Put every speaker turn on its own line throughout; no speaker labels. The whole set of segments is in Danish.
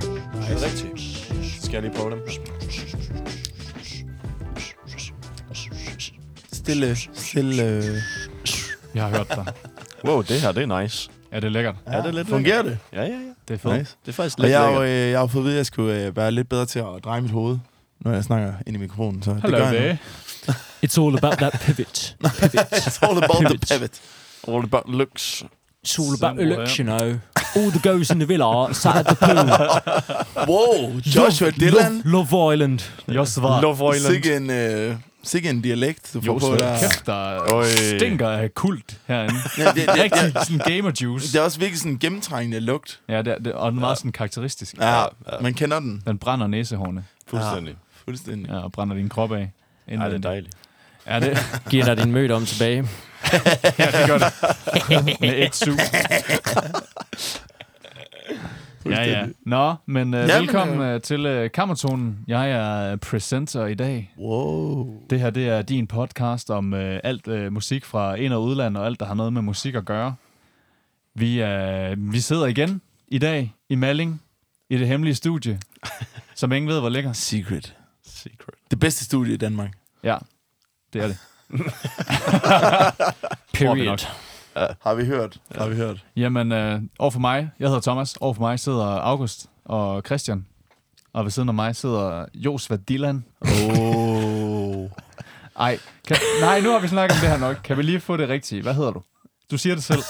det rigtigt? Skal jeg lige prøve dem?
Stille, stille.
Jeg har hørt dig.
Wow, det her, det er nice.
Er det lækkert?
Ja, er det lidt
øh, Fungerer det?
lækkert? Ja, ja, ja.
Det er fedt.
Nice.
Det er faktisk
Og
lidt
jeg har jo
lækkert.
øh, jeg har jo fået at vide, at jeg skulle øh, være lidt bedre til at dreje mit hoved, når jeg snakker ind i mikrofonen. Så
Hello
det gør jeg
there.
It's all about that pivot. pivot.
It's all about the pivot.
All about looks.
It's all about
Somewhere.
looks, you know. All the girls in the villa are sat at the pool.
Wow, Joshua Dylan.
Love, Love Island.
Jeg svarer.
Love Island.
Sikke en, øh, sikke en dialekt, du får
Jo,
på
så
der.
kæft, der
Øj.
stinker af kult herinde.
Ja, det, det,
Rigtig
det,
sådan gamer juice.
det er også virkelig sådan en gennemtrængende lugt.
Ja, det, er- det, og den er meget sådan karakteristisk.
Ja, man kender den
Den brænder næsehårene
Fuldstændig.
fuldstændig.
ja, og brænder din krop af.
Ja, det er
indvendigt.
dejligt.
Ja, det,
Giver dig din møde om tilbage.
ja, det gør det. Med et sug. Ja, ja. Nå, men uh,
Jamen,
velkommen uh, til uh, Kammertonen. Jeg er presenter i dag.
Wow.
Det her, det er din podcast om uh, alt uh, musik fra ind- og udland, og alt, der har noget med musik at gøre. Vi, uh, vi sidder igen i dag i Malling, i det hemmelige studie, som ingen ved, hvor ligger.
Secret.
Secret.
Det bedste studie i Danmark.
Ja, det er det. Tror vi nok.
Period.
Har vi hørt? Har vi hørt?
Jamen, øh, over for mig, jeg hedder Thomas, over for mig sidder August og Christian. Og ved siden af mig sidder Josva Dylan.
Oh.
Ej, kan, nej, nu har vi snakket om det her nok. Kan vi lige få det rigtige? Hvad hedder du? Du siger det selv.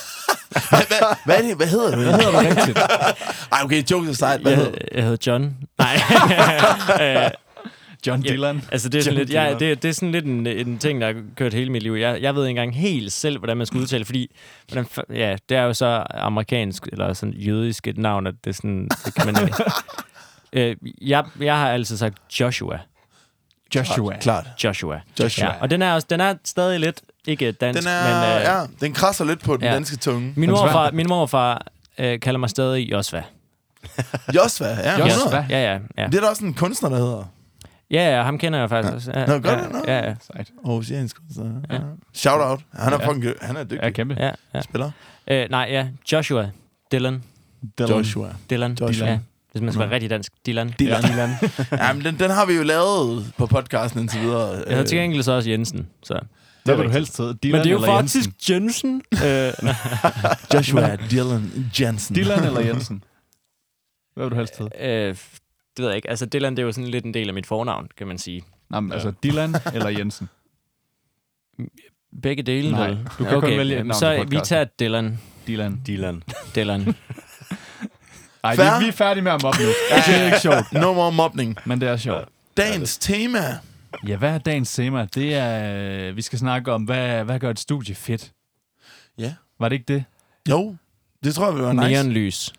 Hvad, er det? Hvad hedder du?
Hvad hedder du rigtigt?
Ej, okay, jokes aside. Hvad
jeg,
hedder
hed,
du?
jeg hedder John. Nej. Øh,
John
Ja.
Dylan.
altså, det er sådan
John
lidt, ja,
Dylan.
det, det er sådan lidt en, en ting, der har kørt hele mit liv. Jeg, jeg ved ikke engang helt selv, hvordan man skal udtale, fordi hvordan, fa- ja, det er jo så amerikansk, eller sådan jødisk et navn, at det er sådan, det kan man, øh, jeg, jeg har altid sagt Joshua.
Joshua.
Klart.
Joshua.
Joshua.
Ja, og den er, også, den er stadig lidt, ikke dansk,
Den, er,
men... øh,
ja, den krasser lidt på den
ja.
danske tunge.
Min
Den svære.
morfar, min morfar øh, kalder mig stadig Josva.
Josva, ja.
Josva.
hundrede.
Hvad?
Ja, ja, ja.
Det er der også en kunstner, der hedder.
Ja, ja, ham kender jeg faktisk også. Ja,
Nå, gør
ja,
det, nå.
ja, ja,
Sejt.
Aarhusiansk kunstner. Ja.
Ja.
Shout out. Han er,
Ja.
fucking, han er dygtig
Ja, kæmpe.
ja, ja.
spiller.
Øh, nej, ja, Joshua. Dylan.
Dylan.
Joshua.
Dylan.
Joshua.
Ja, hvis man skal være rigtig dansk. Dylan.
Ja.
Dylan. Ja, men den, den har vi jo lavet på podcasten indtil videre.
Jeg hedder til gengæld så også Jensen. Så.
Hvad vil du helst hedde? Dylan
Men det er jo
eller
faktisk
Jensen?
Jensen. Øh,
Joshua Dylan Jensen.
Dylan eller Jensen? Hvad vil du helst hedde?
øh, det ved jeg ikke. Altså, Dylan, det er jo sådan lidt en del af mit fornavn, kan man sige.
Nej, men altså Dylan eller Jensen?
Begge dele.
Nej,
vel?
du kan kun vælge et
jamen,
navn til
Så vi
podcasten.
tager Dylan.
Dylan.
Dylan.
Dylan.
Ej,
Fair.
vi, vi er færdige med at mobbe nu. Det er ikke sjovt,
No more mobning.
men det er sjovt.
Dagens tema.
Ja, hvad er dagens tema? Det er, øh, vi skal snakke om, hvad, hvad gør et studie fedt?
Ja.
Var det ikke det?
Jo, det tror jeg vil være nice.
Neonlys.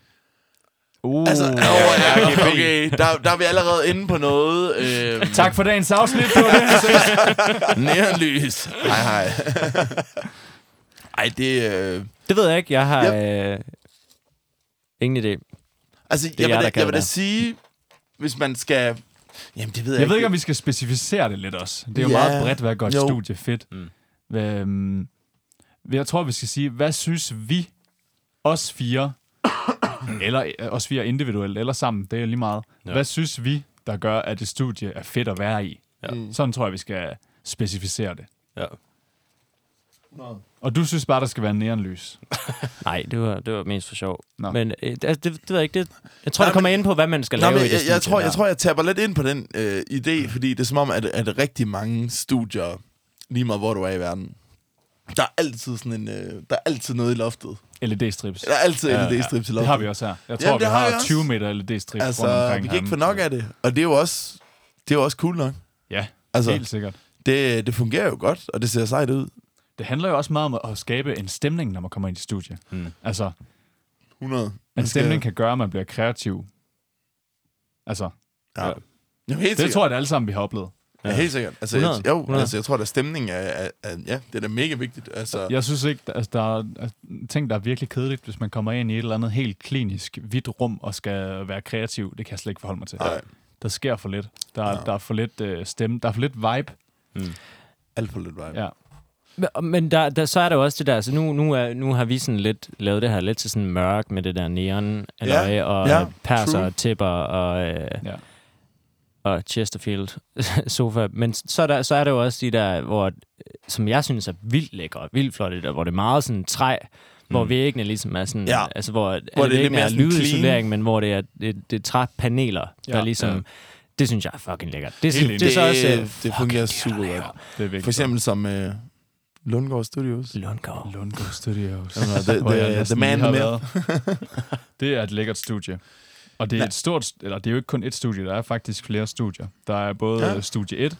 Uh.
Altså, oh, ja, okay, okay. Der, der er vi allerede inde på noget. Øh,
Tak for dagens afsnit. Det var det, vi ses.
Neonlys. Hej, hej. Ej, det... Øh,
Det ved jeg ikke. Jeg har øh, ingen idé.
altså,
er
jeg,
jer,
vil
der
da,
kan
jeg vil da
det.
sige, hvis man skal... Jamen, det ved jeg,
Jeg ved ikke, om vi skal specificere det lidt også. Det er jo
Ja.
meget bredt, hvad gør et
Jo.
studie fedt.
Mm.
Øhm, jeg tror, vi skal sige, hvad synes vi, os fire, eller øh, os fire individuelt, eller sammen, det er lige meget.
Ja.
Hvad synes vi, der gør, at et studie er fedt at være i?
Ja.
Mm.
Sådan tror jeg, vi skal specificere det.
Ja.
Og du synes bare, der skal være neonlys.
Nej, det var, det var mest for sjov.
Nå.
Nå. Men øh, det, altså, det, det ved jeg ikke. Det, jeg tror,
Nej,
det kommer
men-
ind på, hvad man skal
Nå,
lave
men
i det
jeg, jeg,
studie.
tror, jeg tror, jeg taber lidt ind på den øh, idé, fordi det er som om, at, at rigtig mange studier, lige meget hvor du er i verden, der er altid sådan en, øh, der er altid noget i loftet.
E LED-strips.
Der er altid
Ja,
ja, altså, en LED-strip til loftet.
Det har vi også her. Jeg tror,
Jamen,
vi
det har
har,
vi også.
20 meter LED-strips rundt
Altså,
omkring
vi kan ikke få
herinde.
nok af det. Og det er jo også, det er jo også cool nok.
Ja,
Altså,
helt sikkert.
det, det fungerer jo godt, og det ser sejt ud.
Det handler jo også meget om at skabe en stemning, når man kommer ind i studiet.
Mm.
Altså,
100.
en stemning kan gøre, at man bliver kreativ. Altså,
Ja. Jamen, helt
det
sikkert.
tror jeg, det alle sammen, vi har oplevet.
jeg. Ja, helt sikkert. Altså,
100.
jeg, jo,
100.
altså, jeg tror, at stemning er, er, er, ja, det er da mega vigtigt. Altså, ja.
Jeg synes ikke, altså, der er altså, ting, der er virkelig kedeligt, hvis man kommer ind i et eller andet helt klinisk, hvidt rum og skal være kreativ. Det kan jeg slet ikke forholde mig til.
Nej.
Der sker for lidt. Der,
Ja.
ja. der er for lidt øh, stemme. Der er for lidt vibe.
alt for lidt vej.
Ja.
Men- Men der, der, så er der jo også det der, så nu, nu, er, nu har vi sådan lidt lavet det her lidt til sådan mørk med det der neon ja, og
ja,
ja, perser
true.
og tipper og, øh,
Ja.
ja. og Chesterfield sofa. Men så er, der, så er der jo også de der, hvor, øh, som jeg synes er vildt lækre og vildt flotte, der, hvor det er meget sådan træ, hvor væggene ligesom er sådan,
Mm. Ja.
ja. altså hvor,
Hvor
hvor
det er
det
lidt
ikke
mere
er
sådan
lydisolering, men hvor det er, det, det er træpaneler, der
Ja,
ligesom,
ja.
det synes jeg er fucking lækkert. Det, er
Helt
sådan-
enig.
det, det er så også øh,
det, det fungerer super godt.
Det er vigtigt.
For eksempel som øh, Lundgaard Studios.
Lundgaard.
Lundgaard Studios.
Jamen, the-
Hvor jeg
the-
næsten
the man,
lige har
the myth.
været. det er et lækkert studie. Og det er et stort, st- eller det er jo ikke kun et studie, der er faktisk flere studier. Der er både
Ja.
ja. studie 1,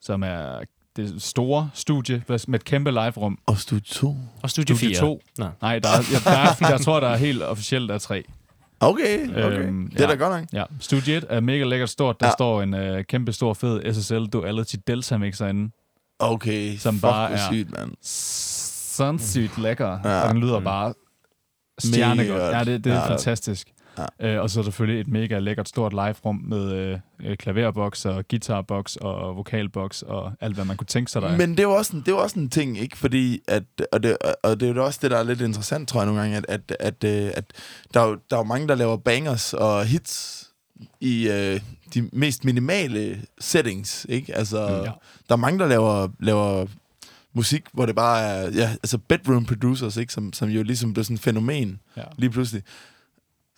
som er det store studie med et kæmpe live-rum.
Og Studio 2.
Og Studio,
Studie 2.
Nej.
Nej, der er, jeg, der er, jeg tror, der er helt officielt der er tre.
Okay, okay.
Øhm,
det er
ja.
da godt nok.
Ja, studie 1 er mega lækkert stort. Der
Ja.
ja. står en øh, kæmpe stor fed SSL Duality Delta mixer inde.
Okay,
Som
fuck,
bare
hvor
er-
sygt, mand.
Sindssygt lækker.
Ja.
Ja. Og den lyder bare stjernegodt.
godt.
Ja, det, det er
Ja.
ja. fantastisk. Ja. Øh, og så selvfølgelig et mega lækkert stort live-rum med øh, øh, klaverboks og guitarboks og vokalboks og alt, hvad man kunne tænke sig der. er.
Men det er, jo også en, det er jo også en ting, ikke? Fordi at, og, det, og det er jo også det, der er lidt interessant, tror jeg nogle gange, at, at, at, øh, at der, er jo, der er jo mange, der laver bangers og hits i øh, de mest minimale settings, ikke? Altså, ja.
Mm, Ja.
der er mange, der laver, laver musik, hvor det bare er, ja, altså bedroom producers, ikke? Som, som jo ligesom blev sådan et fænomen
Ja.
lige pludselig.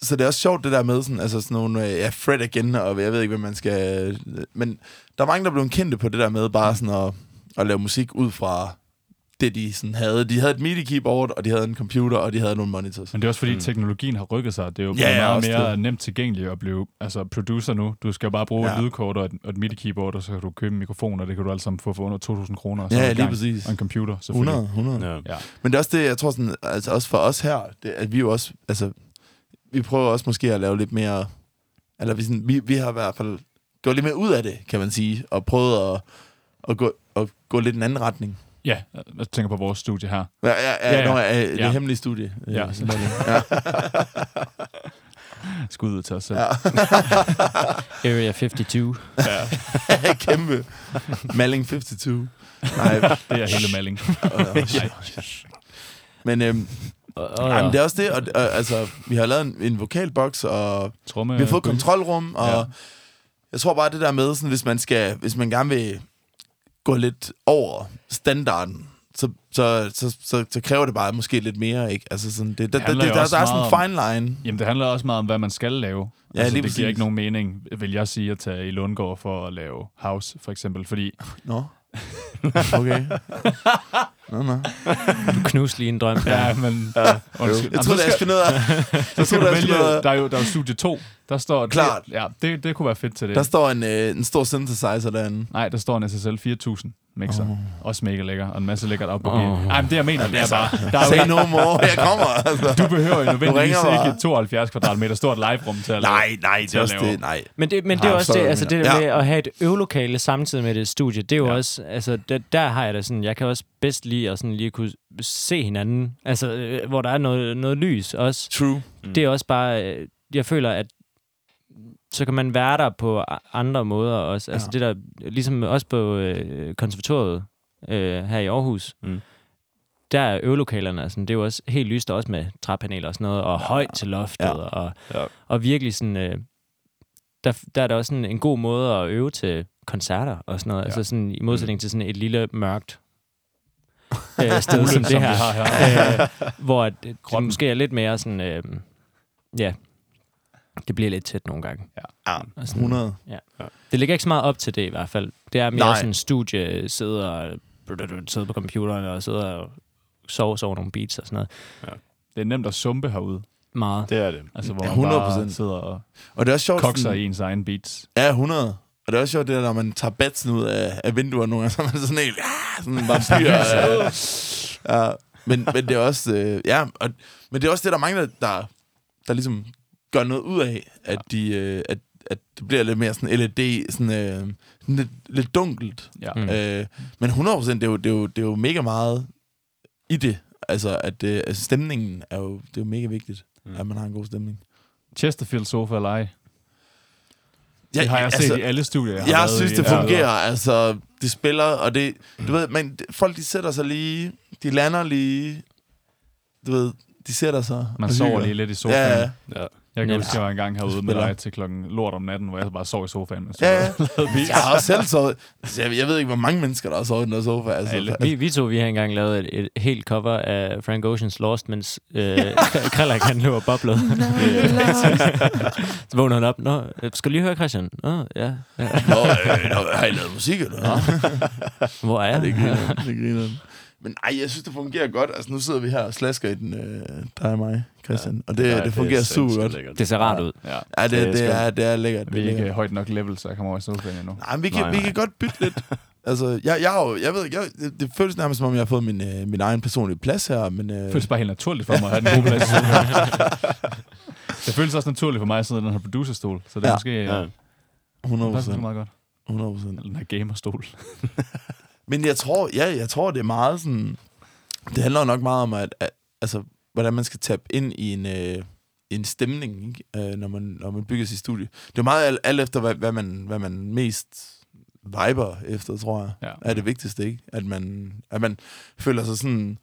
Så det er også sjovt, det der med sådan, altså sådan nogle, øh, ja, Fred igen, og jeg ved ikke, hvad man skal... øh, Men der er mange, der blev kendte på det der med bare sådan at, at lave musik ud fra det, de sådan havde. De havde et MIDI-keyboard, og de havde en computer, og de havde nogle monitors.
Men det er også fordi, mm. teknologien har rykket sig. Det er jo
Ja,
ja,
ja,
meget
også
mere
det.
det. nemt tilgængeligt at blive altså producer nu. Du skal bare bruge
Ja.
ja. et lydkort og et, og et MIDI-keyboard, og så kan du købe en mikrofon, og det kan du alt sammen få for under 2.000 kroner. og så
Ja,
er
ja,
du i
lige
gang.
præcis.
Og en computer, selvfølgelig.
100, 100.
Ja.
Ja.
Men det er også det, jeg tror sådan, altså også for os her, det, at vi jo også, altså, vi prøver også måske at lave lidt mere, eller vi, sådan, vi, vi har i hvert fald gået lidt mere ud af det, kan man sige, og prøvet at, at, gå, at gå lidt en anden retning.
Ja, jeg tænker på vores studie her.
Ja, ja, ja,
Ja,
ja,
ja.
Nå, ja, det
Ja.
hemmelige studie. øh,
Ja.
som er det.
Skud ud til os selv.
Ja.
Ja.
Area 52.
ja. Kæmpe. Malling 52. Nej,
Det er hele Malling.
øh, men øhm,
Og, og,
ja. jamen, det er også det, og, og, altså, vi har lavet en, en vokalboks, og
Tromme,
Vi har fået
bølge.
kontrolrum, og ja.
Ja.
jeg tror bare, det der med, sådan, hvis, man skal, hvis man gerne vil gå lidt over standarden, så, så, så, så, så kræver det bare måske lidt mere, ikke? Altså sådan, det, der, der,
handler
der,
jo
der,
også
der er sådan en
meget
fine line.
Jamen, det handler også meget om, hvad man skal lave.
Ja,
Ja, altså,
lige
det
præcis.
giver ikke nogen mening, vil jeg sige, at tage i Lundgård for at lave house, for eksempel. Fordi
Nå. Okay. Nå, nå.
Du knuste lige en drøm.
Ja, men... Uh, undskyld.
Jeg troede,
Jamen,
jeg
så
skulle ned ad-
så
jeg
skal
troede,
du
jeg skulle ned
vælge...
ad-
Der er jo der er jo studie 2. Der står...
Klart.
Det, ja, det, det kunne være fedt til det.
Der står en, øh, en stor synthesizer derinde.
Nej, der står en SSL 4000 mixer. Oh. Også mega lækker, og en masse lækkert op på oh.
Åh.
Ej, men det jeg mener, det er bare... Der er
Say
jo,
no more, jeg kommer. Altså.
du behøver jo nødvendigvis
ringer bare.
ikke et 72 kvadratmeter stort live-rum til at lave.
Nej, nej, det er også det. Nej.
Men det, men det er
Ja, så
også
er
det,
det
altså det
mere.
der med
Ja.
at have et øvelokale samtidig med det studie, det er jo
Ja.
ja. også, altså der, der har jeg da sådan, jeg kan også bedst lide at sådan lige kunne se hinanden, altså øh, hvor der er noget, noget lys også.
True.
Mm. Det er også bare, øh, jeg føler, at så kan man være der på a- andre måder også. Altså
Ja.
ja. det der, ligesom også på øh, konservatoriet øh, her i Aarhus,
Mm.
mm. der er øvelokalerne, altså, det er jo også helt lyst, og også med træpaneler og sådan noget, og ja. højt til loftet,
Ja.
ja. Og,
Ja.
ja. og virkelig sådan, øh, der, der er der også sådan en god måde at øve til koncerter og sådan noget, ja. altså sådan i modsætning til sådan et lille mørkt øh, sted som det
som
her
vi har her.
øh, hvor at, det
Grotten.
måske er lidt mere sådan, øh, ja, det bliver lidt tæt nogle gange.
Ja,
Og sådan-
100.
Det ligger ikke så meget op til det i hvert fald. Det er mere
Nej.
Nej. sådan studie, sidde, og, sidde på computeren og sidde og sove, sove nogle beats og sådan noget.
Det er nemt at sumpe herude.
Meget.
Det er det.
Altså, hvor
Ja,
ja, 100%. man
100%.
bare sidder og
Og det er også sjovt...
kokser
sådan-
i ens egen beats.
Ja, 100. Og det er også sjovt, det der, når man tager batsen ud af, af vinduer nogle gange, så er man sådan helt... Ah, sådan bare styrer. ja. ja. Men, men det er også... Øh, ja, og, men det er også det, der mangler, der, der ligesom gør noget ud af, at, de, øh, at, at det bliver lidt mere sådan LED, sådan, øh, sådan lidt, lidt dunkelt.
Ja.
Mm.
Øh, men 100 procent, det, er jo- det, er jo- det er jo mega meget i det. Altså, at øh, altså, stemningen er jo, det er jo mega vigtigt, mm. at man har en god stemning.
Chesterfield sofa eller ej. Det har jeg set i alle studier, jeg har
Altså, Jeg
været
synes,
i Mm.
det
indtil
fungerer. Altså, det spiller, og det... Du ved, men det- folk, de sætter sig lige... De lander lige... Du ved, de sætter sig.
Man
og
sover
hygger.
lige lidt i sofaen.
Ja, ja.
Ja.
Jeg kan
Nemt.
huske, jeg var engang herude med
Spiller.
dig til klokken lort om natten, hvor jeg bare sov i sofaen. mens
Ja,
du-
ja. Jeg har også selv sovet. Altså, Jeg, jeg ved ikke, hvor mange mennesker, der har sovet i den der sofa. Altså,
Alle.
Vi, vi to, vi har engang lavet et, et helt cover af Frank Ocean's Lost, mens øh, Krallak, han løber boblet. så vågner han op. Nå, øh, skal du lige høre Christian? Nå, ja. ja.
Nå, øh, nå, har I lavet musik, eller hvad?
Hvor er
Ja, det
jeg?
griner den, det griner den. Men ej, jeg synes, det fungerer godt. Altså, nu sidder vi her og slasker i den, øh, dig og mig, Christian. Ja, og det,
Ej,
det, det fungerer
er
super
sindssygt
godt.
lækkert.
Det ser rart ud.
ja.
Ja, det,
Det er
det, det,
skønt.
er, det er lækkert.
Vi
det
er
lækkert.
ikke øh, højt nok level, så jeg kommer over i sofaen endnu.
Nej, men vi kan,
Nej,
vi
nej.
kan godt bytte lidt. Altså, jeg, jeg, har jo, jeg ved ikke, jeg, det, det føles nærmest som om, jeg har fået min, øh, min egen personlige plads her, men...
Det
Øh,
føles bare helt naturligt for mig at have den gode plads. i sofaen. det føles også naturligt for mig at sidde i den her producerstol, så det er
Ja.
ja. måske... øh, Ja.
Ja.
Det
100
passer sgu
procent.
meget godt.
100 procent.
Eller den her gamerstol.
Men jeg tror, ja, jeg tror, det er meget sådan... Det handler jo nok meget om, at, at altså, hvordan man skal tabe ind i en, øh, en stemning, ikke? Øh, når, man, når man bygger sit studie. Det er meget alt, alt efter, hvad, hvad, man, hvad man mest viber efter, tror jeg.
Ja.
er det vigtigste, ikke? At man, at man føler sig sådan...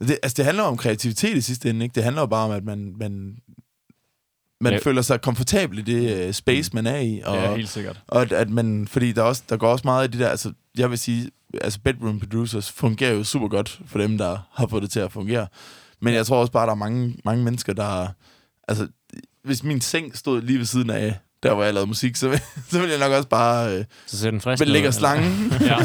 Det, altså, det handler om kreativitet i sidste ende, ikke? Det handler jo bare om, at man, man, man
Ja. Mm.
føler sig komfortabel i det øh, space, man er i. Og,
Ja, helt sikkert.
og at, at man, fordi der, er også, der går også meget i de der, altså jeg vil sige, altså bedroom producers fungerer jo super godt for dem, der har fået det til at fungere. Men jeg tror også bare, der er mange, mange mennesker, der, altså hvis min seng stod lige ved siden af, der hvor jeg lavede musik, så, vil- så ville jeg nok også bare øh,
Så ser den frisk
vil lægge
ud,
slangen.
Ja.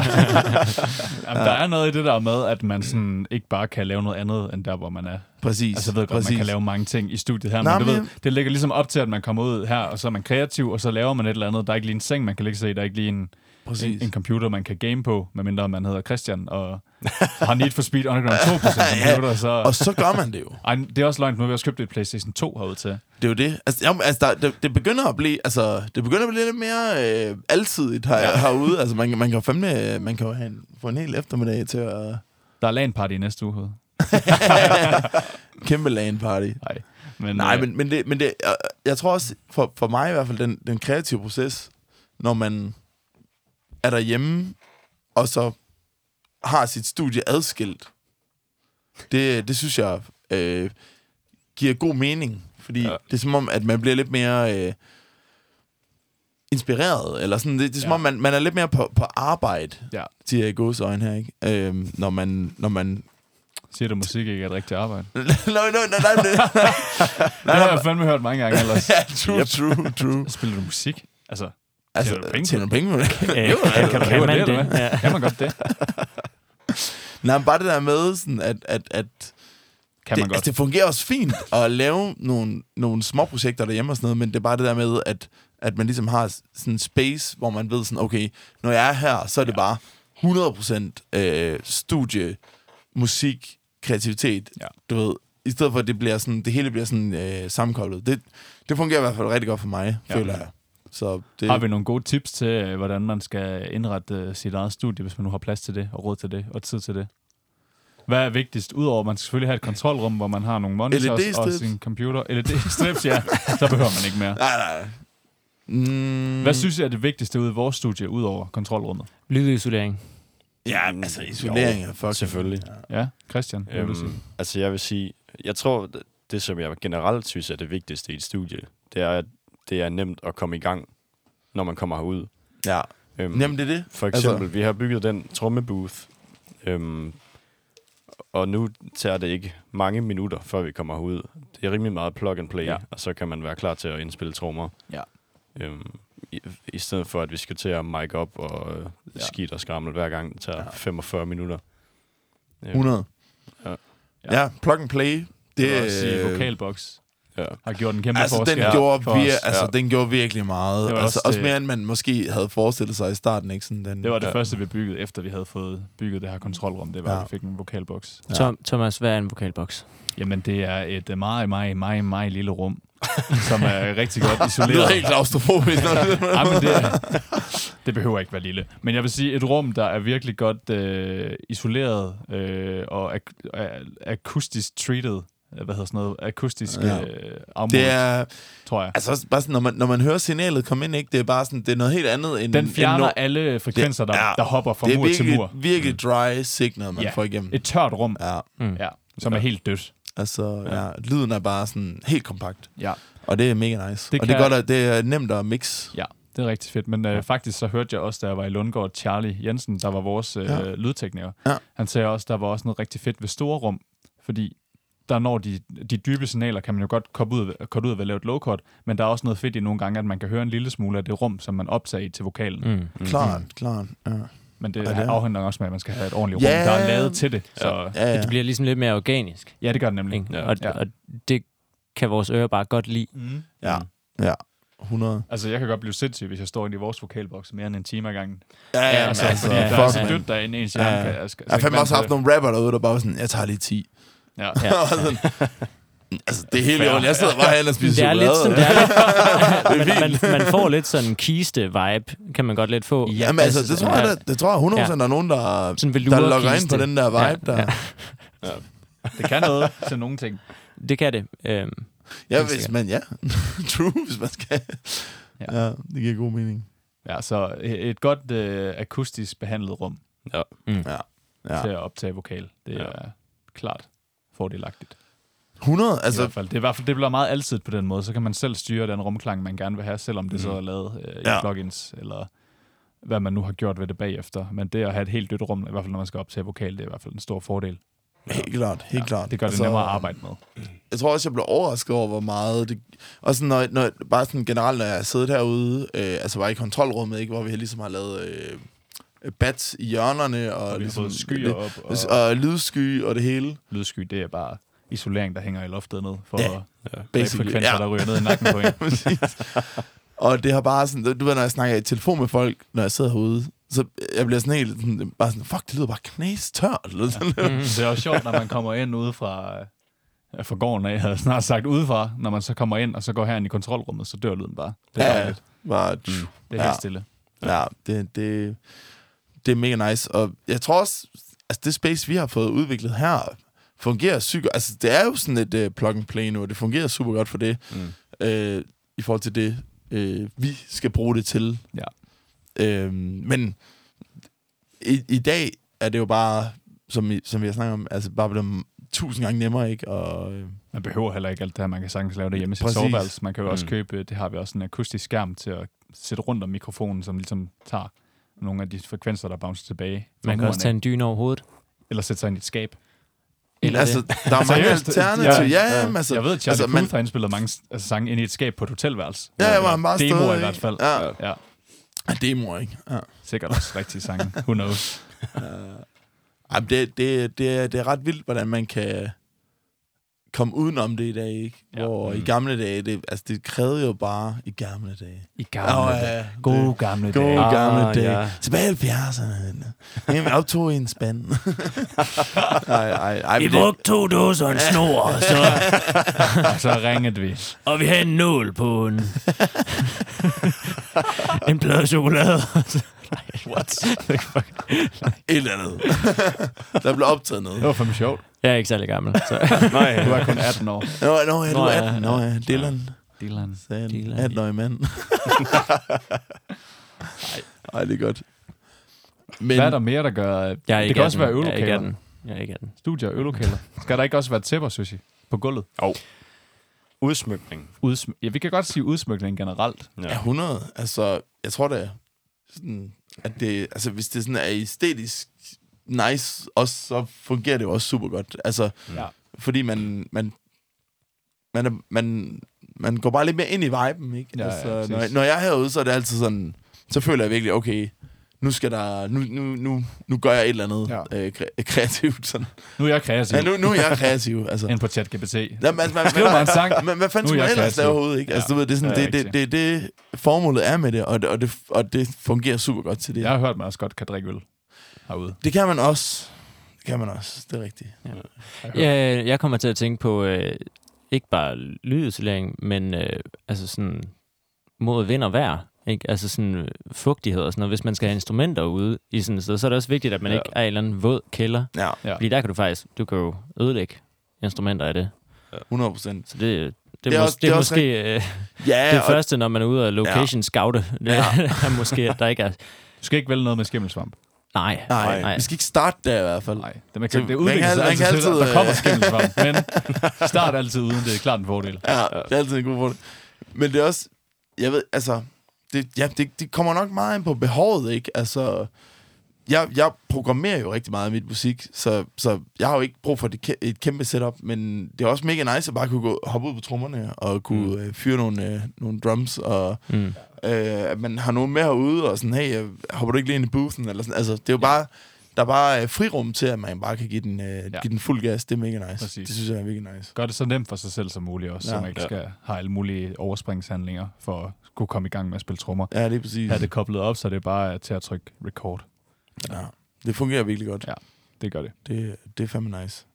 Jamen, der er noget i det der med, at man sådan ikke bare kan lave noget andet, end der, hvor man er.
Præcis.
Altså, jeg ved godt,
præcis.
man kan lave mange ting i studiet her,
Nej,
men, du
men
ved, det ligger ligesom op til, at man kommer ud her, og så er man kreativ, og så laver man et eller andet. Der er ikke lige en seng, man kan ligge sig i. Der er ikke lige en,
Præcis.
en, en computer, man kan game på, medmindre man hedder Christian og har Need for Speed Underground 2 på sin computer.
Og
Så...
så gør man det jo.
Ej, det er også løgn, nu har vi også købt et PlayStation 2 herude til.
Det er jo det. Altså, jamen, altså der, det, det, begynder at blive, altså, det begynder at blive lidt mere øh, altidigt her, ja. herude. Altså, man, man kan jo fandme, øh, man kan jo have en, få en hel eftermiddag til at...
Der er LAN-party i næste uge. herude.
Kæmpe LAN party.
Nej, men,
Nej,
øh,
men, men, det, men det, jeg, jeg tror også, for, for mig i hvert fald, den, den kreative proces, når man er derhjemme, og så har sit studie adskilt, det, det synes jeg øh, giver god mening. Fordi ja.
Ja.
det er som om, at man bliver lidt mere øh, inspireret, eller sådan. Det, det er som
Ja.
om, man, man er lidt mere på, på arbejde,
Ja.
siger jeg i gåseøjne her, ikke? Øhm, når, man, når man...
Siger du, musik ikke er et rigtigt arbejde?
nej, nej, nej, nej, nej,
Nej, det har jeg fandme hørt mange gange ellers.
Ja, true, true, true.
Spiller du musik? Altså,
Altså,
Tjener du penge på
tjener du penge på det?
eller- Ja,
Jo,
kan, kan,
det
kan
var
man
det, eller
det?
hvad?
Ja.
kan man godt det?
Nej, men bare det der med, sådan, at, at, at
Kan
det,
man godt.
altså, det fungerer også fint at lave nogle, nogle små projekter derhjemme og sådan noget, men det er bare det der med, at, at man ligesom har sådan en space, hvor man ved sådan, okay, når jeg er her, så er det bare 100% øh, studie, musik, kreativitet,
Ja.
du ved, i stedet for, at det, bliver sådan, det hele bliver sådan øh, sammenkoblet. Det, det fungerer i hvert fald rigtig godt for mig, ja.
Ja.
føler jeg. Så det,
Har vi nogle gode tips til, øh, hvordan man skal indrette øh, sit eget studie, hvis man nu har plads til det, og råd til det, og tid til det? Hvad er vigtigst? Udover at man skal selvfølgelig have et kontrolrum, hvor man har nogle monitors og
LED-strips.
sin computer. LED-strips, ja. Så behøver man ikke mere.
Nej, nej. Mm,
Hvad synes I er det vigtigste ude i vores studie, udover kontrolrummet?
Lydisolering.
Ja, men altså isolering er fucking...
Selvfølgelig.
Ja, Christian, hvad vil du sige?
Øhm, altså jeg vil sige, jeg tror, det som jeg generelt synes er det vigtigste i et studie, det er, at det er nemt at komme i gang, når man kommer herud.
Ja.
Øhm,
Jamen, det er det.
For
Altså-
eksempel, altså. vi har bygget den trommebooth, øhm, og nu tager det ikke mange minutter, før vi kommer ud. Det er rimelig meget plug and play,
Ja.
ja. og så kan man være klar til at indspille trommer.
Ja.
Øhm, i, I stedet for, at vi skal til at mic op og øh,
Ja.
ja. skid og skramle hver gang. Det tager
Ja.
ja. 45 minutter. Øhm,
100. Ja.
Ja.
ja, plug and play.
Det
Det
vil også sige,
øh,
vokalbox
Ja.
har gjort en kæmpe
Altså, den
forskel
gjorde,
for
vir-
os.
altså
Ja.
den gjorde virkelig meget.
Det var
altså, også,
også det-
mere, end man måske havde forestillet sig i starten. Ikke? Sådan, den,
Det var det
Ja.
første, vi byggede, efter vi havde fået bygget det her kontrolrum. Det var,
Ja.
at vi fik en vokalboks.
Ja.
Tom, Thomas, hvad er en vokalboks?
Jamen, det er et øh, meget, meget, meget, meget lille rum, som er rigtig godt
det lyder
isoleret.
helt klaustrofobisk. når det-
Ej, men det, det behøver ikke være lille. Men jeg vil sige, et rum, der er virkelig godt øh, isoleret øh, og ak- øh, akustisk treated, øh, hvad hedder sådan noget, akustisk
Ja.
ja. øh, afmålt,
Det er,
tror jeg.
altså også bare sådan, når man, når man hører signalet komme ind, ikke? Det er bare sådan, det er noget helt andet end...
Den
end
fjerner
når-
alle frekvenser, der,
Ja.
der hopper fra
det er
mur til
virkelig,
mur. Mm.
virkelig dry signal, man
Ja.
får igennem.
Et tørt rum,
Ja,
Mm.
ja, som er helt dødt.
altså, ja. ja. Lyden er bare sådan helt kompakt.
Ja.
Og det er mega nice.
Det
Det og det er
kan-
godt, at det er nemt at mix.
Ja, det er rigtig fedt. Men øh, faktisk så hørte jeg også, da jeg var i Lundgård, Charlie Jensen, der var vores øh,
Ja.
ja. lydtekniker.
Ja.
Han sagde også, der var også noget rigtig fedt ved store rum, fordi der når de, de dybe signaler, kan man jo godt komme ud, komme ud ved at lave et low-cut, men der er også noget fedt i nogle gange, at man kan høre en lille smule af det rum, som man opsagde til vokalen. Mm.
Mm.
Mm. Klart, klart. Ja.
Men det,
Ja, det er-
afhænger også med, at man skal have et ordentligt
Ja.
rum, der er lavet til det. Så, ja.
Ja, ja.
Det bliver ligesom lidt mere organisk.
ja, det gør det nemlig.
Ikke? Og,
Ja.
og det kan vores ører bare godt lide.
Mm.
ja. ja. 100.
Altså, jeg kan godt blive sindssyg, hvis jeg står inde i vores vokalboks mere end en time ad gangen.
Ja, ja,
altså,
men
Fordi der er
fuck,
så
man.
dødt derinde, ens
Ja.
hjerne kan- jeg skal-
Jeg har
så kan
fandme
man
også haft
høre-
nogle rapper derude, der bare var sådan, jeg tager lige 10.
Ja.
Ja. sådan, altså, det er helt i orden. Jeg sidder bare herinde og spiser
Det er lidt
chokolade.
sådan,
ja.
det er lidt,
Det er
man, man, man får lidt sådan en kiste-vibe, kan man godt lidt få.
Jamen altså, det tror jeg,
ja.
der, det tror jeg 100% der er nogen, der,
Sådan velour
der logger ind
kiste.
på den der vibe.
Ja,
Der.
ja.
Det kan noget til nogle ting.
Det kan det. Øhm,
Ja,
Helt
hvis
sikkert.
man, ja. True, hvis man skal. Ja. ja, det giver god mening.
Ja, så et godt øh, akustisk behandlet rum
mm.
Ja.
ja. til at optage vokal. Det
Ja.
ja. er klart fordelagtigt.
100,
Altså, I
altså,
hvert fald. Det, er i hvert fald, det bliver meget altid på den måde. Så kan man selv styre den rumklang, man gerne vil have, selvom det så er lavet øh, i
Mhm. Ja.
ja. plugins, eller hvad man nu har gjort ved det bagefter. Men det at have et helt dødt rum, i hvert fald når man skal optage vokal, det er i hvert fald en stor fordel.
helt klart, helt klart.
Det gør det
altså,
nemmere at arbejde med.
jeg tror også, jeg blev overrasket over, hvor meget det... Og sådan, når, når, bare sådan generelt, når jeg har siddet herude, øh, altså var i kontrolrummet, ikke, hvor vi ligesom har lavet øh, bats i hjørnerne, og,
Og vi har
ligesom,
fået skyer
lidt- altså-
op, og
og lydsky og det hele.
lydsky, det er bare isolering, der hænger i loftet ned for
Ja.
ja.
Basically,
frekvenser,
ja.
der ryger ned i nakken på en.
Præcis. og det har bare sådan, du ved, når jeg snakker i telefon med folk, når jeg sidder herude, så jeg bliver sådan helt, sådan, bare sådan, fuck, det lyder bare knæstørt. Eller sådan.
Det er også sjovt, når man kommer ind ude fra, øh, fra gården af, jeg havde snart sagt udefra, når man så kommer ind, og så går herind i kontrolrummet, så dør lyden bare. Det er,
Ja,
ja,
ja. Bare, mm.
det er
Ja.
helt stille.
Ja, det, det, det er mega nice. Og jeg tror også, altså det space, vi har fået udviklet her, fungerer sygt. Altså, det er jo sådan et uh, plug-and-play nu, og det fungerer super godt for det, mm. øh, i forhold til det, øh, vi skal bruge det til.
Ja.
Øh, men i, i dag er det jo bare, som, I- som vi har snakket om, altså bare blevet tusind gange nemmere, ikke? Og, øh,
Man behøver heller ikke alt det her. Man kan sagtens lave det hjemme i sit
Præcis.
soveværelse. Man kan jo også
Mm.
købe, det har vi også, en akustisk skærm til at sætte rundt om mikrofonen, som ligesom tager nogle af de frekvenser, der bouncer tilbage. fra
man kan også
murene,
tage en dyne over hovedet.
ikke? Eller sætte sig ind i et skab.
Eller
altså,
altså, det.
der er mange
Seriøst?
alternativer. Ja, ja, ja, altså,
jeg ved, at Charlie
altså,
altså,
man-
Puth har indspillet mange s- altså, sange ind i et skab på et hotelværelse.
ja, jeg var
Eller
bare
Demoer
stået,
i hvert fald. Ja.
Ja,
ja.
demoer, ikke? Ja.
Sikkert også rigtige sange. Who knows?
Ej, men det, det, det, er, det er ret vildt, hvordan man kan komme udenom det i dag, ikke? Ja.
Ja.
Hvor i
Mm.
gamle dage, det, altså det krævede jo bare i gamle dage.
I gamle
Åh,
dage.
ja,
Gode
det-
gamle
Gode
dage.
Ah,
gamle dage.
ja.
Tilbage i 70'erne. Jamen, optog i en spand. ej, ej, ej. men det,
brugte to dåser og en snor, og så,
Og Ah, så ringede vi.
og vi havde en nål på en, en plade chokolade. What?
et eller andet. der blev optaget noget.
Det var fandme sjovt.
Jeg er ikke særlig gammel. Så.
Nej,
Du var kun 18 år.
Nå, nå, ja, du
Nå,
er
ja,
18. Nå, ja, Dylan.
Dylan.
Sagde en
Dylan.
18-årig mand. Ej, det er godt. Men,
Hvad er der mere, der gør... øh,
Jeg er ikke
det kan også
18.
være
Jeg er ikke
øvelokaler.
18. Jeg er ikke 18.
Studier og øvelokaler. Skal der ikke også være tæpper, synes I? På gulvet?
Udsmykning.
Udsm- ja, vi kan godt sige udsmykning generelt.
Ja, 100. Altså, jeg tror da, sådan, at det, altså, hvis det sådan er æstetisk nice, også, så fungerer det jo også super godt. Altså,
Ja.
fordi man, man, man, er, man, man går bare lidt mere ind i viben, ikke?
Ja, ja,
altså,
præcis.
når, jeg- når jeg er herude, så er det altid sådan, så føler jeg virkelig, okay, nu skal der, nu, nu, nu, nu gør jeg et eller andet
Ja.
ja. øh, kre- kreativt. Sådan.
Nu er jeg kreativ.
Ja, nu, nu er jeg kreativ, altså.
Ind på ChatGPT.
Nå, men altså, man,
Skriv mig en sang.
men hvad fanden
Nu er
skulle man
jeg
ellers
kreativ.
lave overhovedet, ikke? Altså,
Ja.
du ved, det er sådan,
Ja,
det, det,
rigtig.
det, det, formålet er med det, og det, og det, og det fungerer super godt til det.
Jeg har hørt, man også godt kan drikke øl herude.
Det kan man også. Det kan man også, det er rigtigt.
Ja, jeg kommer til at tænke på øh, ikke bare lydisolering, men øh, altså sådan mod vind og vejr. Ikke? Altså sådan øh, fugtighed og sådan noget. Hvis man skal have instrumenter ude i sådan et sted, så er det også vigtigt, at man
Ja.
ikke er i en eller anden våd kælder.
Ja.
Ja.
Fordi der kan du faktisk, du kan jo ødelægge instrumenter af det.
100 procent.
Så det, det, det
Det
er,
er
mås-
også-
det
det
er
er
måske
også
øh,
Ja,
det
og-
første, når man er ude og location scoute. Det
Ja.
er måske, at der ikke er...
Du skal ikke vælge noget med skimmelsvamp.
Nej.
Nej,
Nej.
vi skal ikke starte der i hvert fald.
Nej, det, man
Så
kan,
man
det udvikler
kan
sig
al- man
altid,
kan
altid til,
altid,
at der kommer
øh,
skimmelsvamp. Men start altid uden, det er klart en fordel.
Ja, det er altid en god fordel. Men det er også, jeg ved, altså, det, ja, det, det kommer nok meget ind på behovet, ikke? Altså, jeg, jeg programmerer jo rigtig meget i mit musik, så, så jeg har jo ikke brug for det, kæ- et kæmpe setup, men det er også mega nice at bare kunne gå, hoppe ud på trommerne og kunne mm. øh, fyre nogle, øh, nogle drums, og
Mm.
øh, at man har nogen med herude, og sådan, hey, øh, hopper du ikke lige ind i boothen? Eller sådan. Altså, det er jo bare, der er bare øh, frirum til, at man bare kan give den, øh,
Ja.
give den fuld gas. Det er mega nice.
Præcis.
Det synes jeg er mega nice.
Gør det så nemt for sig selv som muligt også, ja, så
Ja.
man ikke
Ja.
skal have alle mulige overspringshandlinger for at kunne komme i gang med at spille trommer.
Ja, det er præcis.
Her er det koblet op, så det er bare til at trykke record.
Ja. Det fungerer virkelig godt.
Ja. Det gør det.
Det, det er fandme nice.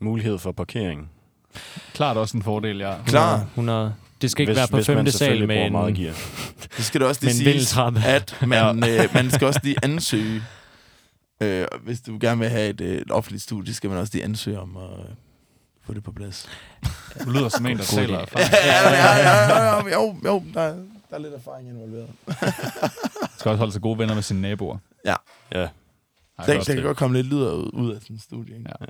Mulighed for parkering.
Klart også en fordel, ja.
Klar.
100. Det skal ikke
hvis,
være på
hvis man
femte sal
selvfølgelig
med
bruger
en,
meget
med
gear.
Så skal det også lige
en vild
siges,
trappe.
at man, øh, man skal også lige ansøge. Øh, hvis du gerne vil have et, øh, et offentligt studie, skal man også lige ansøge om at øh, få det på plads.
Du lyder som en, der
God
sælger.
idé.
erfaring.
ja, ja, ja, ja, jo, jo, der, er- der er lidt erfaring involveret.
Skal også holde sig gode venner med sine naboer.
Ja,
Har
Der,
jeg godt
der kan
set.
godt komme lidt lyd ud, ud af sådan et studie. Ikke?
Ja.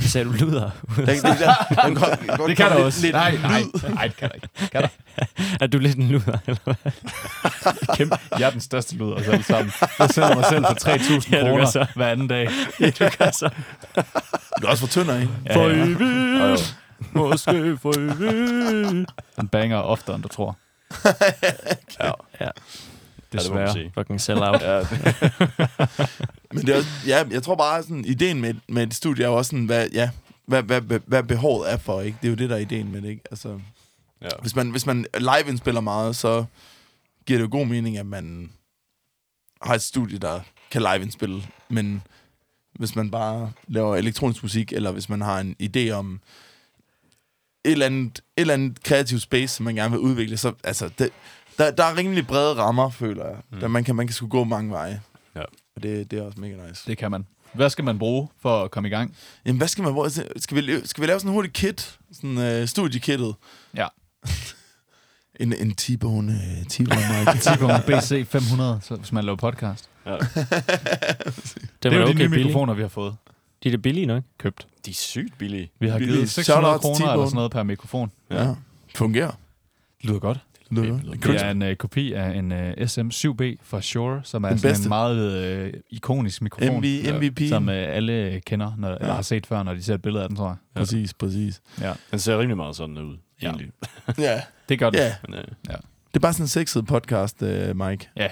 Sagde du luder?
Der, der, der, der, der, kan godt- godt
Det kan
komme
der
lidt-
også.
Lidt,
Nej, nej, nej, det kan der ikke. Kan der?
Er du lidt en luder, eller hvad?
Kæmpe. Jeg er den største luder af os alle sammen. Jeg sælger mig selv for 3.000
Ja, du gør
kroner
så.
hver anden dag.
Du gør så.
Du er også for tynder, ikke?
Ja, ja.
og jo,
evigt. Måske for evigt.
Den banger oftere, end du tror.
Ja,
ja, det må man
Desværre.
sige.
fucking sell out.
Ja,
Men det er også, ja, jeg tror bare, sådan, ideen med, med et studie er jo også sådan, hvad, ja, hvad, hvad, hvad, hvad behovet er for, ikke? Det er jo det, der er ideen med det, ikke? Altså,
ja.
hvis man, hvis man live-indspiller meget, så giver det jo god mening, at man har et studie, der kan live-indspille. Men hvis man bare laver elektronisk musik, eller hvis man har en idé om et eller andet, et eller andet kreativt space, som man gerne vil udvikle, så altså, det, der, der er rimelig brede rammer, føler jeg. Mm. Der man kan, man kan sgu gå mange veje.
Ja.
Og det, det er også mega nice.
Det kan man. Hvad skal man bruge for at komme i gang?
Jamen, hvad skal man... Hvor, skal, vi, lave- skal vi lave sådan en hurtig kit? Sådan øh, studiekittet?
Ja.
en, en T-bone, øh, T-bone mic.
Tikon BC 500, så hvis man laver podcast.
Det
det er
var
jo de
okay
nye
billigt.
mikrofoner, vi har fået
De er da billige nok.
købt.
De er sygt billige.
Vi har
Billige.
givet 600
Shout out til
kroner eller
T-Bone.
sådan noget per mikrofon.
ja. Fungerer.
Det lyder godt.
Lyder
Det er
godt.
blevet
Det er en øh, kopi af en øh, SM7B fra Shure, som er
Den
sådan en
bedste.
meget øh, ikonisk mikrofon,
MV, MVP.
som øh, alle kender, når, ja. eller
Ja.
har set før, når de ser et billede af den, tror jeg.
Præcis, præcis.
Den ser rimelig meget sådan ud,
Ja.
egentlig.
Ja,
Det gør den.
ja.
Men, øh,
Det er bare sådan en sexet podcast, øh, Mike.
ja.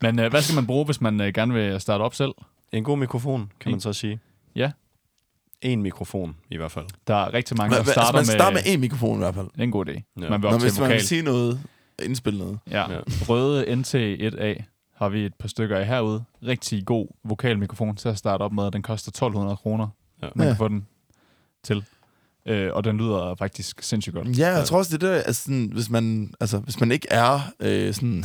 Men øh, hvad skal man bruge, hvis man øh, gerne vil starte op selv?
En god mikrofon, kan man så sige.
Ja.
En mikrofon, i hvert fald.
Der er rigtig mange,
Hva,
der
hva, altså,
starter
man starter med
med...
én mikrofon i hvert fald.
Det er en god idé.
Ja.
Man vil
Nå,
op til
hvis
en
man
vokal.
vil sige noget, indspille noget.
Ja.
Ja.
Røde NT1A har vi et par stykker af herude. Rigtig god vokalmikrofon til at starte op med. Den koster 1200 kroner.
Ja.
Man
Ja.
kan få den til. Øh, og den lyder faktisk sindssygt godt.
Ja, jeg tror også, det er det, altså, sådan, hvis, man, altså, hvis man ikke er øh, sådan...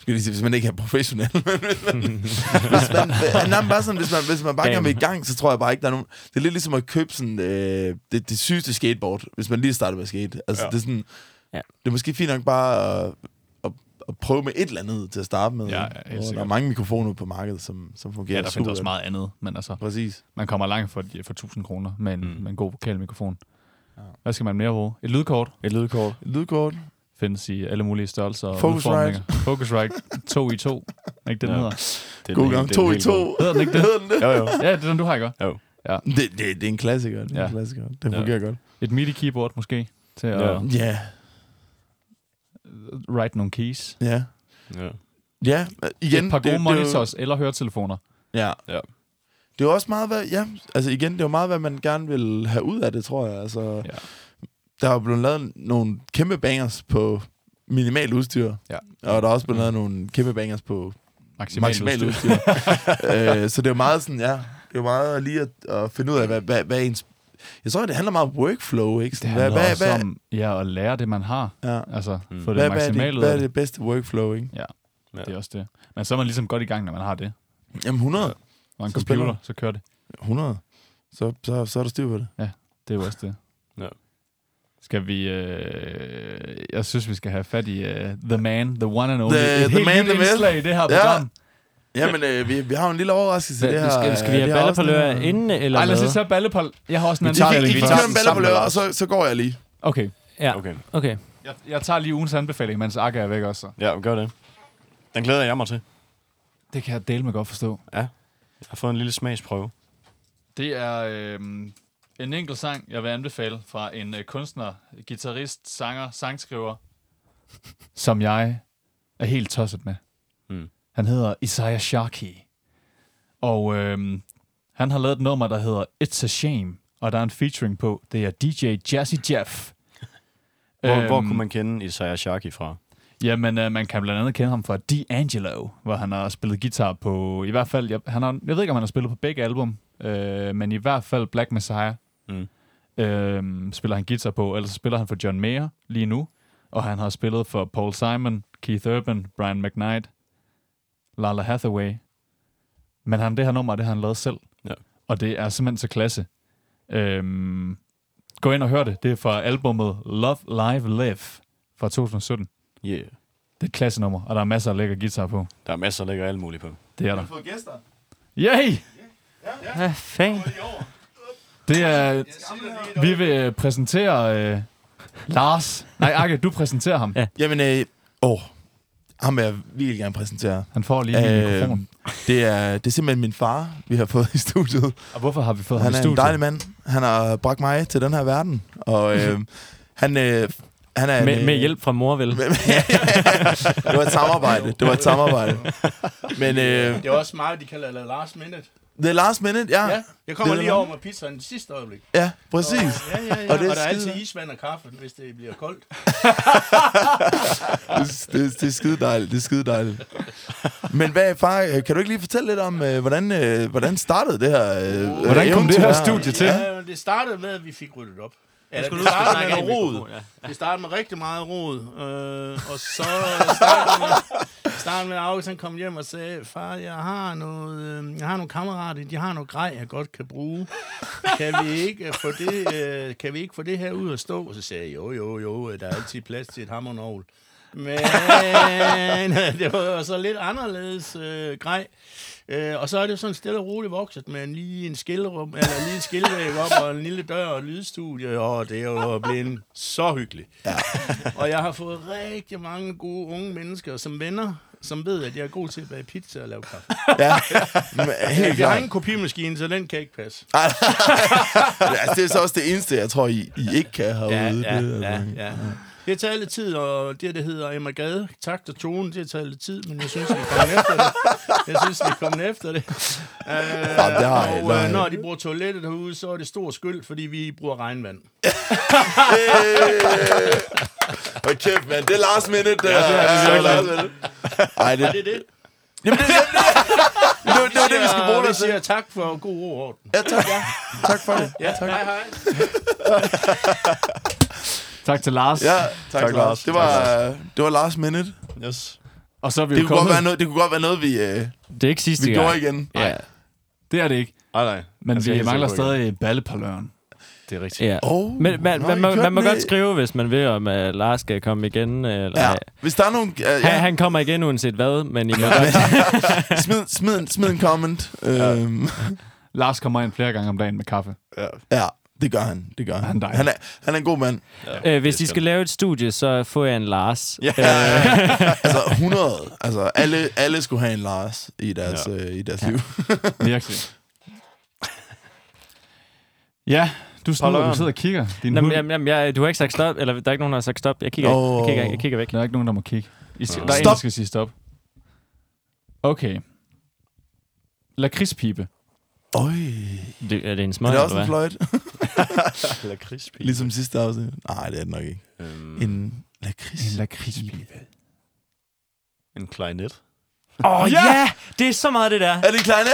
Skal jeg lige sige, hvis man ikke er professionel. men hvis man, hvis man, øh, nej, men bare sådan, hvis man, hvis man bare gerne vil i gang, så tror jeg bare ikke, der er nogen... Det er lidt ligesom at købe sådan, øh, det, det sygeste skateboard, hvis man lige starter med at skate.
Ja.
Altså, ja. det, er sådan,
Ja.
ja. det er måske fint nok bare at, at, at prøve med et eller andet til at starte med.
Ja, ja, helt
Og der er
sikkert.
mange mikrofoner på markedet, som, som fungerer
Ja, der findes
super
også
godt.
meget andet, men altså,
Præcis.
man kommer langt for, for 1000 kroner med en,
Mm.
mm. med en god vokalmikrofon.
Ja.
Hvad skal man mere bruge? Et lydkort
Et lydkort.
Et lydkort.
findes i alle mulige størrelser og
Focusrite.
udformninger. Focusrite 2 i 2. Ikke den
Ja.
ja. hedder?
Det er
God
en-
gang.
det er en
To i
helt god-
to.
Hedder den ikke det?
Hedder den det?
Jo, jo.
Ja, det er den, du har, ikke? også?
Det, det, det er en klassiker. Det er ja.
Ja.
en klassiker. Den
Ja.
fungerer godt.
Et MIDI-keyboard måske, til at
Ja.
Ja,
write nogle keys.
ja.
Ja.
Ja, øh, igen.
et par gode
det,
monitors eller høretelefoner.
Det, ja.
Ja.
ja. Det er jo også meget, hvad, ja, altså igen, det er jo meget, hvad man gerne vil have ud af det, tror jeg. Altså,
Ja.
ja. Der er jo blevet lavet nogle kæmpe bangers på minimal udstyr.
Ja.
Og der er også blevet lavet nogle kæmpe bangers på
Maksimalt
maksimalt
udstyr.
udstyr. øh, så det er jo meget sådan, ja, det er jo meget lige at, at finde ud af, hvad, hvad, hvad ens... Jeg tror, det handler meget om workflow, ikke?
Det
Sådan,
handler
hvad,
også
hvad,
om ja, at lære det, man har.
ja.
Altså,
Mm.
mm. få det
hvad, hvad, er det,
maksimalt ud
hvad
af
er
det.
det bedste workflow, ikke?
Det er også det. Men så er man ligesom godt i gang, når man har det.
Jamen 100,
Og en
Så
computer,
spiller man.
så kører det.
100. Så, så, så er der styr på det.
Det er jo også det.
Ja.
Skal vi... Øh, jeg synes, vi skal have fat i øh, The Man, The One and Only.
The-
Et
the
helt
man,
nyt
the myth.
indslag i det her
Ja.
program.
Jamen, øh, vi, vi har jo en lille overraskelse i det her.
Hvad, skal, skal vi
øh,
have
det her
baller på
afsnit
løer
her.
inden, eller
Ej, lad os lige
hvad?
tage ballepol. Jeg har også en
Vi
anden
tager-
I,
anbefaling.
I, I
først.
kører en baller på
Sammen med
løer,
os.
og så, så går jeg lige.
Okay.
Ja,
Okay.
okay.
Jeg, jeg tager lige ugens anbefaling, mens Akka er væk også. så.
Ja, gør det. Den glæder jeg mig til.
Det kan jeg dele med godt forstå.
Jeg har fået en lille smagsprøve.
Det er øh, en enkelt sang, jeg vil anbefale fra en øh, kunstner, guitarist, sanger, sangskriver, som jeg er helt tosset med.
Mm.
Han hedder Isaiah Sharkey, og øh, han har lavet et nummer, der hedder It's a Shame, og der er en featuring på, det er DJ Jazzy Jeff.
Hvor, øhm, hvor
Øhm,
kunne man kende Isaiah Sharkey fra?
Jamen, øh, man kan blandt andet kende ham fra D'Angelo, hvor han har spillet guitar på, i hvert fald, jeg, han har, jeg ved ikke, om han har spillet på begge album, øh, men i hvert fald Black Messiah
Mm.
øh, spiller han guitar på, ellers så spiller han for John Mayer lige nu, og han har spillet for Paul Simon, Keith Urban, Brian McKnight, Lala Hathaway. Men han, det her nummer, det har han lavet selv,
Ja.
og det er simpelthen så klasse. Øh, gå ind og hør det, det er fra albummet Love, Live, Live fra 2017.
Yeah.
Det er et klassenummer, og der er masser af lækker guitar på.
Der er masser, der lægger alt muligt på.
Det er
Har
der.
du fået gæster?
Yay!
Hvad fanden?
Det er... Vi vil præsentere øh, Lars. Nej, Akke, du præsenterer ham.
Ja.
Jamen, øh, åh, ham vil jeg virkelig gerne præsentere.
Han får lige en
Øh,
mikrofon.
Det er, det er simpelthen min far, vi har fået i studiet.
Og hvorfor har vi fået ham
Han
i
er en
studiet?
dejlig mand. Han har bragt mig til den her verden. Og øh, han, øh, han er... en,
Med,
øh,
med hjælp fra mor, vel?
med- med- det var et samarbejde. Det var et samarbejde. Men øh,
Det er også meget, de kalder det last minute.
The Last Minute, ja.
Ja, jeg kommer
Ah. det er
lige
det.
over med pizzaen i sidste øjeblik.
Ja, præcis.
Ja, ja, ja.
Og
Og,
det er
og der er
skide-
altid isvand og kaffe, hvis det bliver koldt.
Det, det, det er skide dejligt. Det er skide dejligt. Men hvad, far, øh, kan du ikke lige fortælle lidt om, øh, hvordan, øh, hvordan startede det her øh,
Hvordan kom det
eventyr
her studie til?
Ja, det startede med, at vi fik ryddet op. Ja, det, startede med noget rod. Det startede med rigtig meget rod. Øh, og så startede med, startede med at August, han kom hjem og sagde, far, jeg har, noget, øh, jeg har nogle kammerater, de har noget grej, jeg godt kan bruge. Kan vi ikke øh, få det, øh, kan vi ikke få det her ud at stå? Og så sagde jeg, jo, jo, jo, øh, der er altid plads til et hammernål. Men øh, det var jo så lidt anderledes øh, grej. Øh, og så er det jo sådan stille og roligt vokset med en, lige en skillerum, eller lige en skillevæg op og en lille dør og et lydstudie, og det er jo blevet så hyggeligt. Ja. og jeg har fået rigtig mange gode unge mennesker som venner, som ved, at jeg er god til at bage pizza og lave kaffe.
Ja, men helt
Jeg har
klart.
ingen kopimaskine, så den kan ikke passe.
Altså, det er så også det eneste, jeg tror, I, I ikke kan herude. det, er altså-
ja. Det har taget lidt tid, og det, der hedder Emma Gade, takt og tone, det har taget lidt tid, men jeg synes, vi er kommet efter det. Jeg synes, vi er kommet efter det. Øh,
det har jeg-
og
der
øh,
har-
når de bruger toilettet herude, så er det stor skyld, fordi vi bruger regnvand.
Hold kæft, mand. Det er last minute. Der. Ja,
det er det
last minute. Ej, det,
Det er det.
jamen, det, det, det, det, det var det, vi skulle bruge
Vi
dig til.
siger tak for god ro og orden.
Ja, tak. Tak for det.
Ja, tak. Hej, hej.
Tak til Lars.
Ja, tak, tak
Tak, Lars.
Lars. Det var, øh, det var last minute.
Yes.
Og så er vi
Det
jo
kunne, godt
kommet.
være noget, det kunne godt være noget, vi, øh,
Det er ikke sidste
vi
gang.
gjorde igen.
Ja,
Det er det ikke.
Ej, nej.
Men
Jeg skal
vi
helt
mangler
sikkert på
stadig ballepaløren.
igen. Det er rigtigt.
ja.
Oh,
Men man,
nå,
man,
I
må,
kørte
man må
den
godt
i-
skrive, hvis man vil, om at Lars skal komme igen. øh, Eller,
Ja,
ja.
hvis der er nogen... Uh, ja,
han, han kommer igen uanset hvad, men I må godt
smid, smid, en- smid en comment. Øhm,
Lars kommer ind flere gange om dagen med kaffe.
ja, det gør han. Det gør han.
Han er dejlig.
Han er, han er en god mand.
Øh, hvis
Det er
I skal lave et studie, så får jeg en Lars. Øh,
Ja.
Altså, 100. Altså, alle, alle skulle have en Lars i deres, ja. øh, i deres liv.
Virkelig. Ja, du, snyder,
Parløren.
du sidder og kigger. Din
Nå, men,
hund.
jamen, jamen, jeg, du har ikke sagt stop, eller der er ikke nogen, der har sagt stop. Jeg kigger, oh.
Åh.
jeg kigger, jeg kigger væk.
Der er ikke nogen, der må kigge. I skal, der er en,
Stop!
der skal sige stop. Okay. Lakridspibe.
Øj.
Det, er det en smøg,
Er det også
eller
en
hvad?
fløjt?
Lakridspibe.
ligesom sidste afsnit? Nej, det er det nok ikke.
Øhm, en,
En lakrids.
En lakridspibe.
en klarinet.
Åh oh, ja! Yeah! Det er så meget, det der.
Er det en klarinet?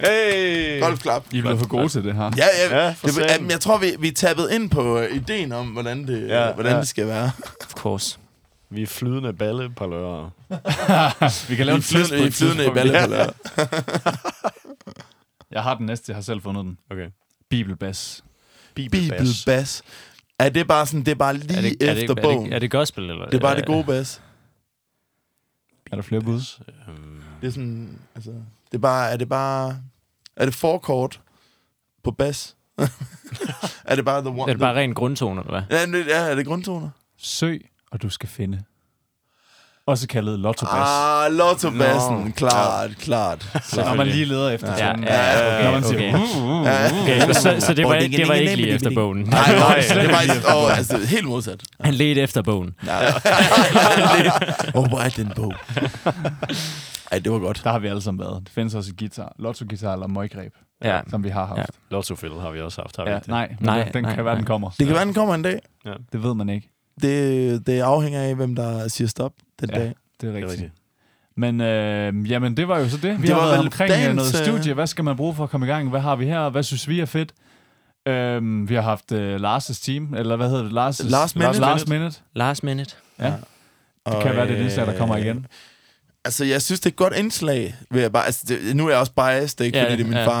Hey!
Golfklap.
I er blevet for gode til det her.
Ja, ja.
Ja,
ja
for
det,
satan.
jamen, jeg tror, vi, vi tappede ind på øh, ideen om, hvordan det, ja,
Ja,
hvordan
ja.
det skal være.
Of course.
Vi er flydende ballepalører.
Vi kan lave
I
en quiz på
flydende, i
et
flydende i
tidspunkt.
ballepalør.
Jeg har den næste, jeg har selv fundet den.
Okay.
Bibelbas.
Bibelbas.
bibelbas. Er det bare sådan, det er bare lige
Er det, er, det,
efter
er, det, er,
bogen?
det, er det gospel? Eller? Øh,
det er bare det gode bas.
Er der flere bud?
Øhm,
Det er sådan, altså, det er bare, er det bare, er det forkort på bas? er det bare the one?
Er det bare ren grundtone, eller hvad?
Ja, men det- ja, er det grundtoner?
Søg, og du skal finde. Også kaldet Lotto Bass. Ah,
Ah, lottobassen,
Nå.
klart, klart.
når man lige leder efter
Ja,
sådan.
ja,
ja,
Når man
okay,
siger,
okay.
uh, uh, uh, uh.
Mm, Okay, så, så det,
Åh,
var,
det
ikke-
kan
det var
ikke
ikke lige
nemlig-
efter bogen.
Nej, nej, det var ikke, åh, altså, helt modsat.
Han ledte efter bogen.
Nej. Åh, hvor er den bog? Ej, det var godt.
Der har vi alle sammen været. Det findes også i guitar. Lotto-guitar eller møggreb,
Ja.
som vi har haft.
Ja.
Lotto-fælde har vi også haft, har vi
Ja,
ikke det?
nej, men
Nej,
den, den
nej,
kan være, den
nej.
kommer.
Det kan være, den kommer en dag.
Det ved man ikke.
Det, det afhænger af, hvem der siger stop den
Ja.
ja. dag.
Det
Det
er
er
rigtigt.
rigtigt.
Men øh, jamen, det var jo så det. Vi
Det
det har
var
været
vel
omkring dagens,
dagens,
noget
øh,
studie. Hvad skal man bruge for at komme i gang? Hvad har vi her? Hvad synes vi er fedt? Øhm, vi har haft øh, Lars' team, eller hvad hedder det? Lars'
Last Minute. øh,
Last minute.
Last minute.
Ja. Det kan være, det er det eneste, der kommer igen.
Altså, jeg synes, det er et godt indslag. Vil jeg bare, altså, det, nu er jeg også biased, det er ikke
Ja,
ja, fordi, det er min
ja.
ja.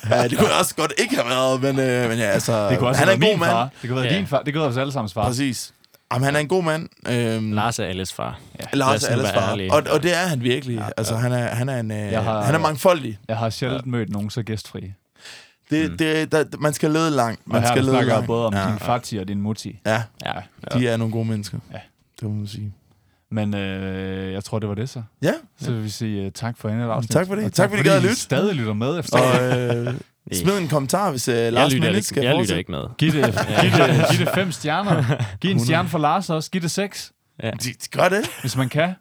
far. ja, det kunne også godt ikke have været, men, øh, men ja, altså,
Det kunne også
han er
have
en
været
god
min
mand.
far. Det kunne have været
Ja.
din far. Det kunne have været vores allesammens far.
Præcis. Jamen, han er en god mand. Øhm,
Lars er alles far. lad os
Lars
nu
er alles
være
far.
ærlige.
Og, og det er han virkelig. Ja, altså, han er, han er, en,
Jeg
øh,
har-
han er mangfoldig.
Jeg har sjældent mødt nogen så gæstfri.
Det, det, der, man skal lede langt.
Mm. Og
Man
her
skal lede
snakker jeg
langt.
både om
ja.
din fatti og din mutti.
Ja,
Ja.
de er nogle gode mennesker.
Ja.
Det må man sige.
Men øh, jeg tror, det var det så.
Ja,
Så vil vi sige uh, tak for endnu et afsnit.
tak for det.
Og
Tak fordi I gad at lytte.
stadig lytter med efter.
og øh, smid en kommentar, hvis øh,
Jeg
Lars
lytter,
Minnet skal
ikke, jeg lytter
fortsætte.
ikke med.
Giv det, giv, det, giv det fem stjerner. Giv en stjerne for Lars også. Giv det seks,
De- de Gør det.
hvis man kan.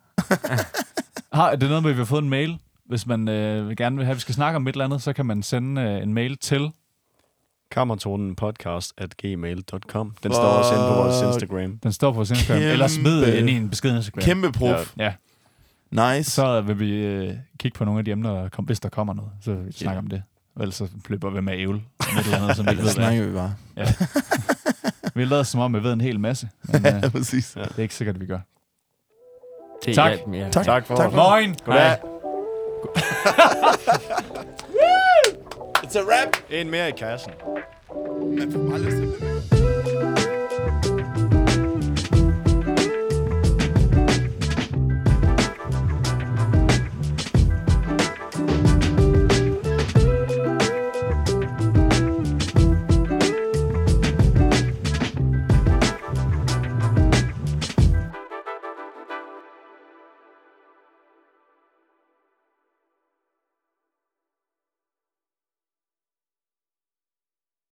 Har, det er noget med, at vi har fået en mail. Hvis man øh, gerne vil have, at vi skal snakke om et eller andet, så kan man sende øh, en mail til.
Kammertonen podcast at gmail.com. Den står også inde på vores
Fuck.
Instagram.
Den står på vores Instagram.
Kæmpe-
Eller smid øh, ind i en beskeden Instagram.
Kæmpe prof.
Ja.
Nice.
Så vil vi øh, kigge på nogle af de emner, der kom, hvis der kommer noget. Så vil vi snakke om det. Og Ellers så løber vi med ævl. om Et eller andet, som vi, ikke
Så
ved, hvad.
snakker vi bare.
er. vi lader som om, vi ved en hel masse. Men øh, det
præcis.
er ikke sikkert, vi gør.
Det-
Tak.
Ja, ja.
Tak, tak for tak for
Moin!
Hej.
It's a rap.
En mere i kassen.
Man får bare lyst til at-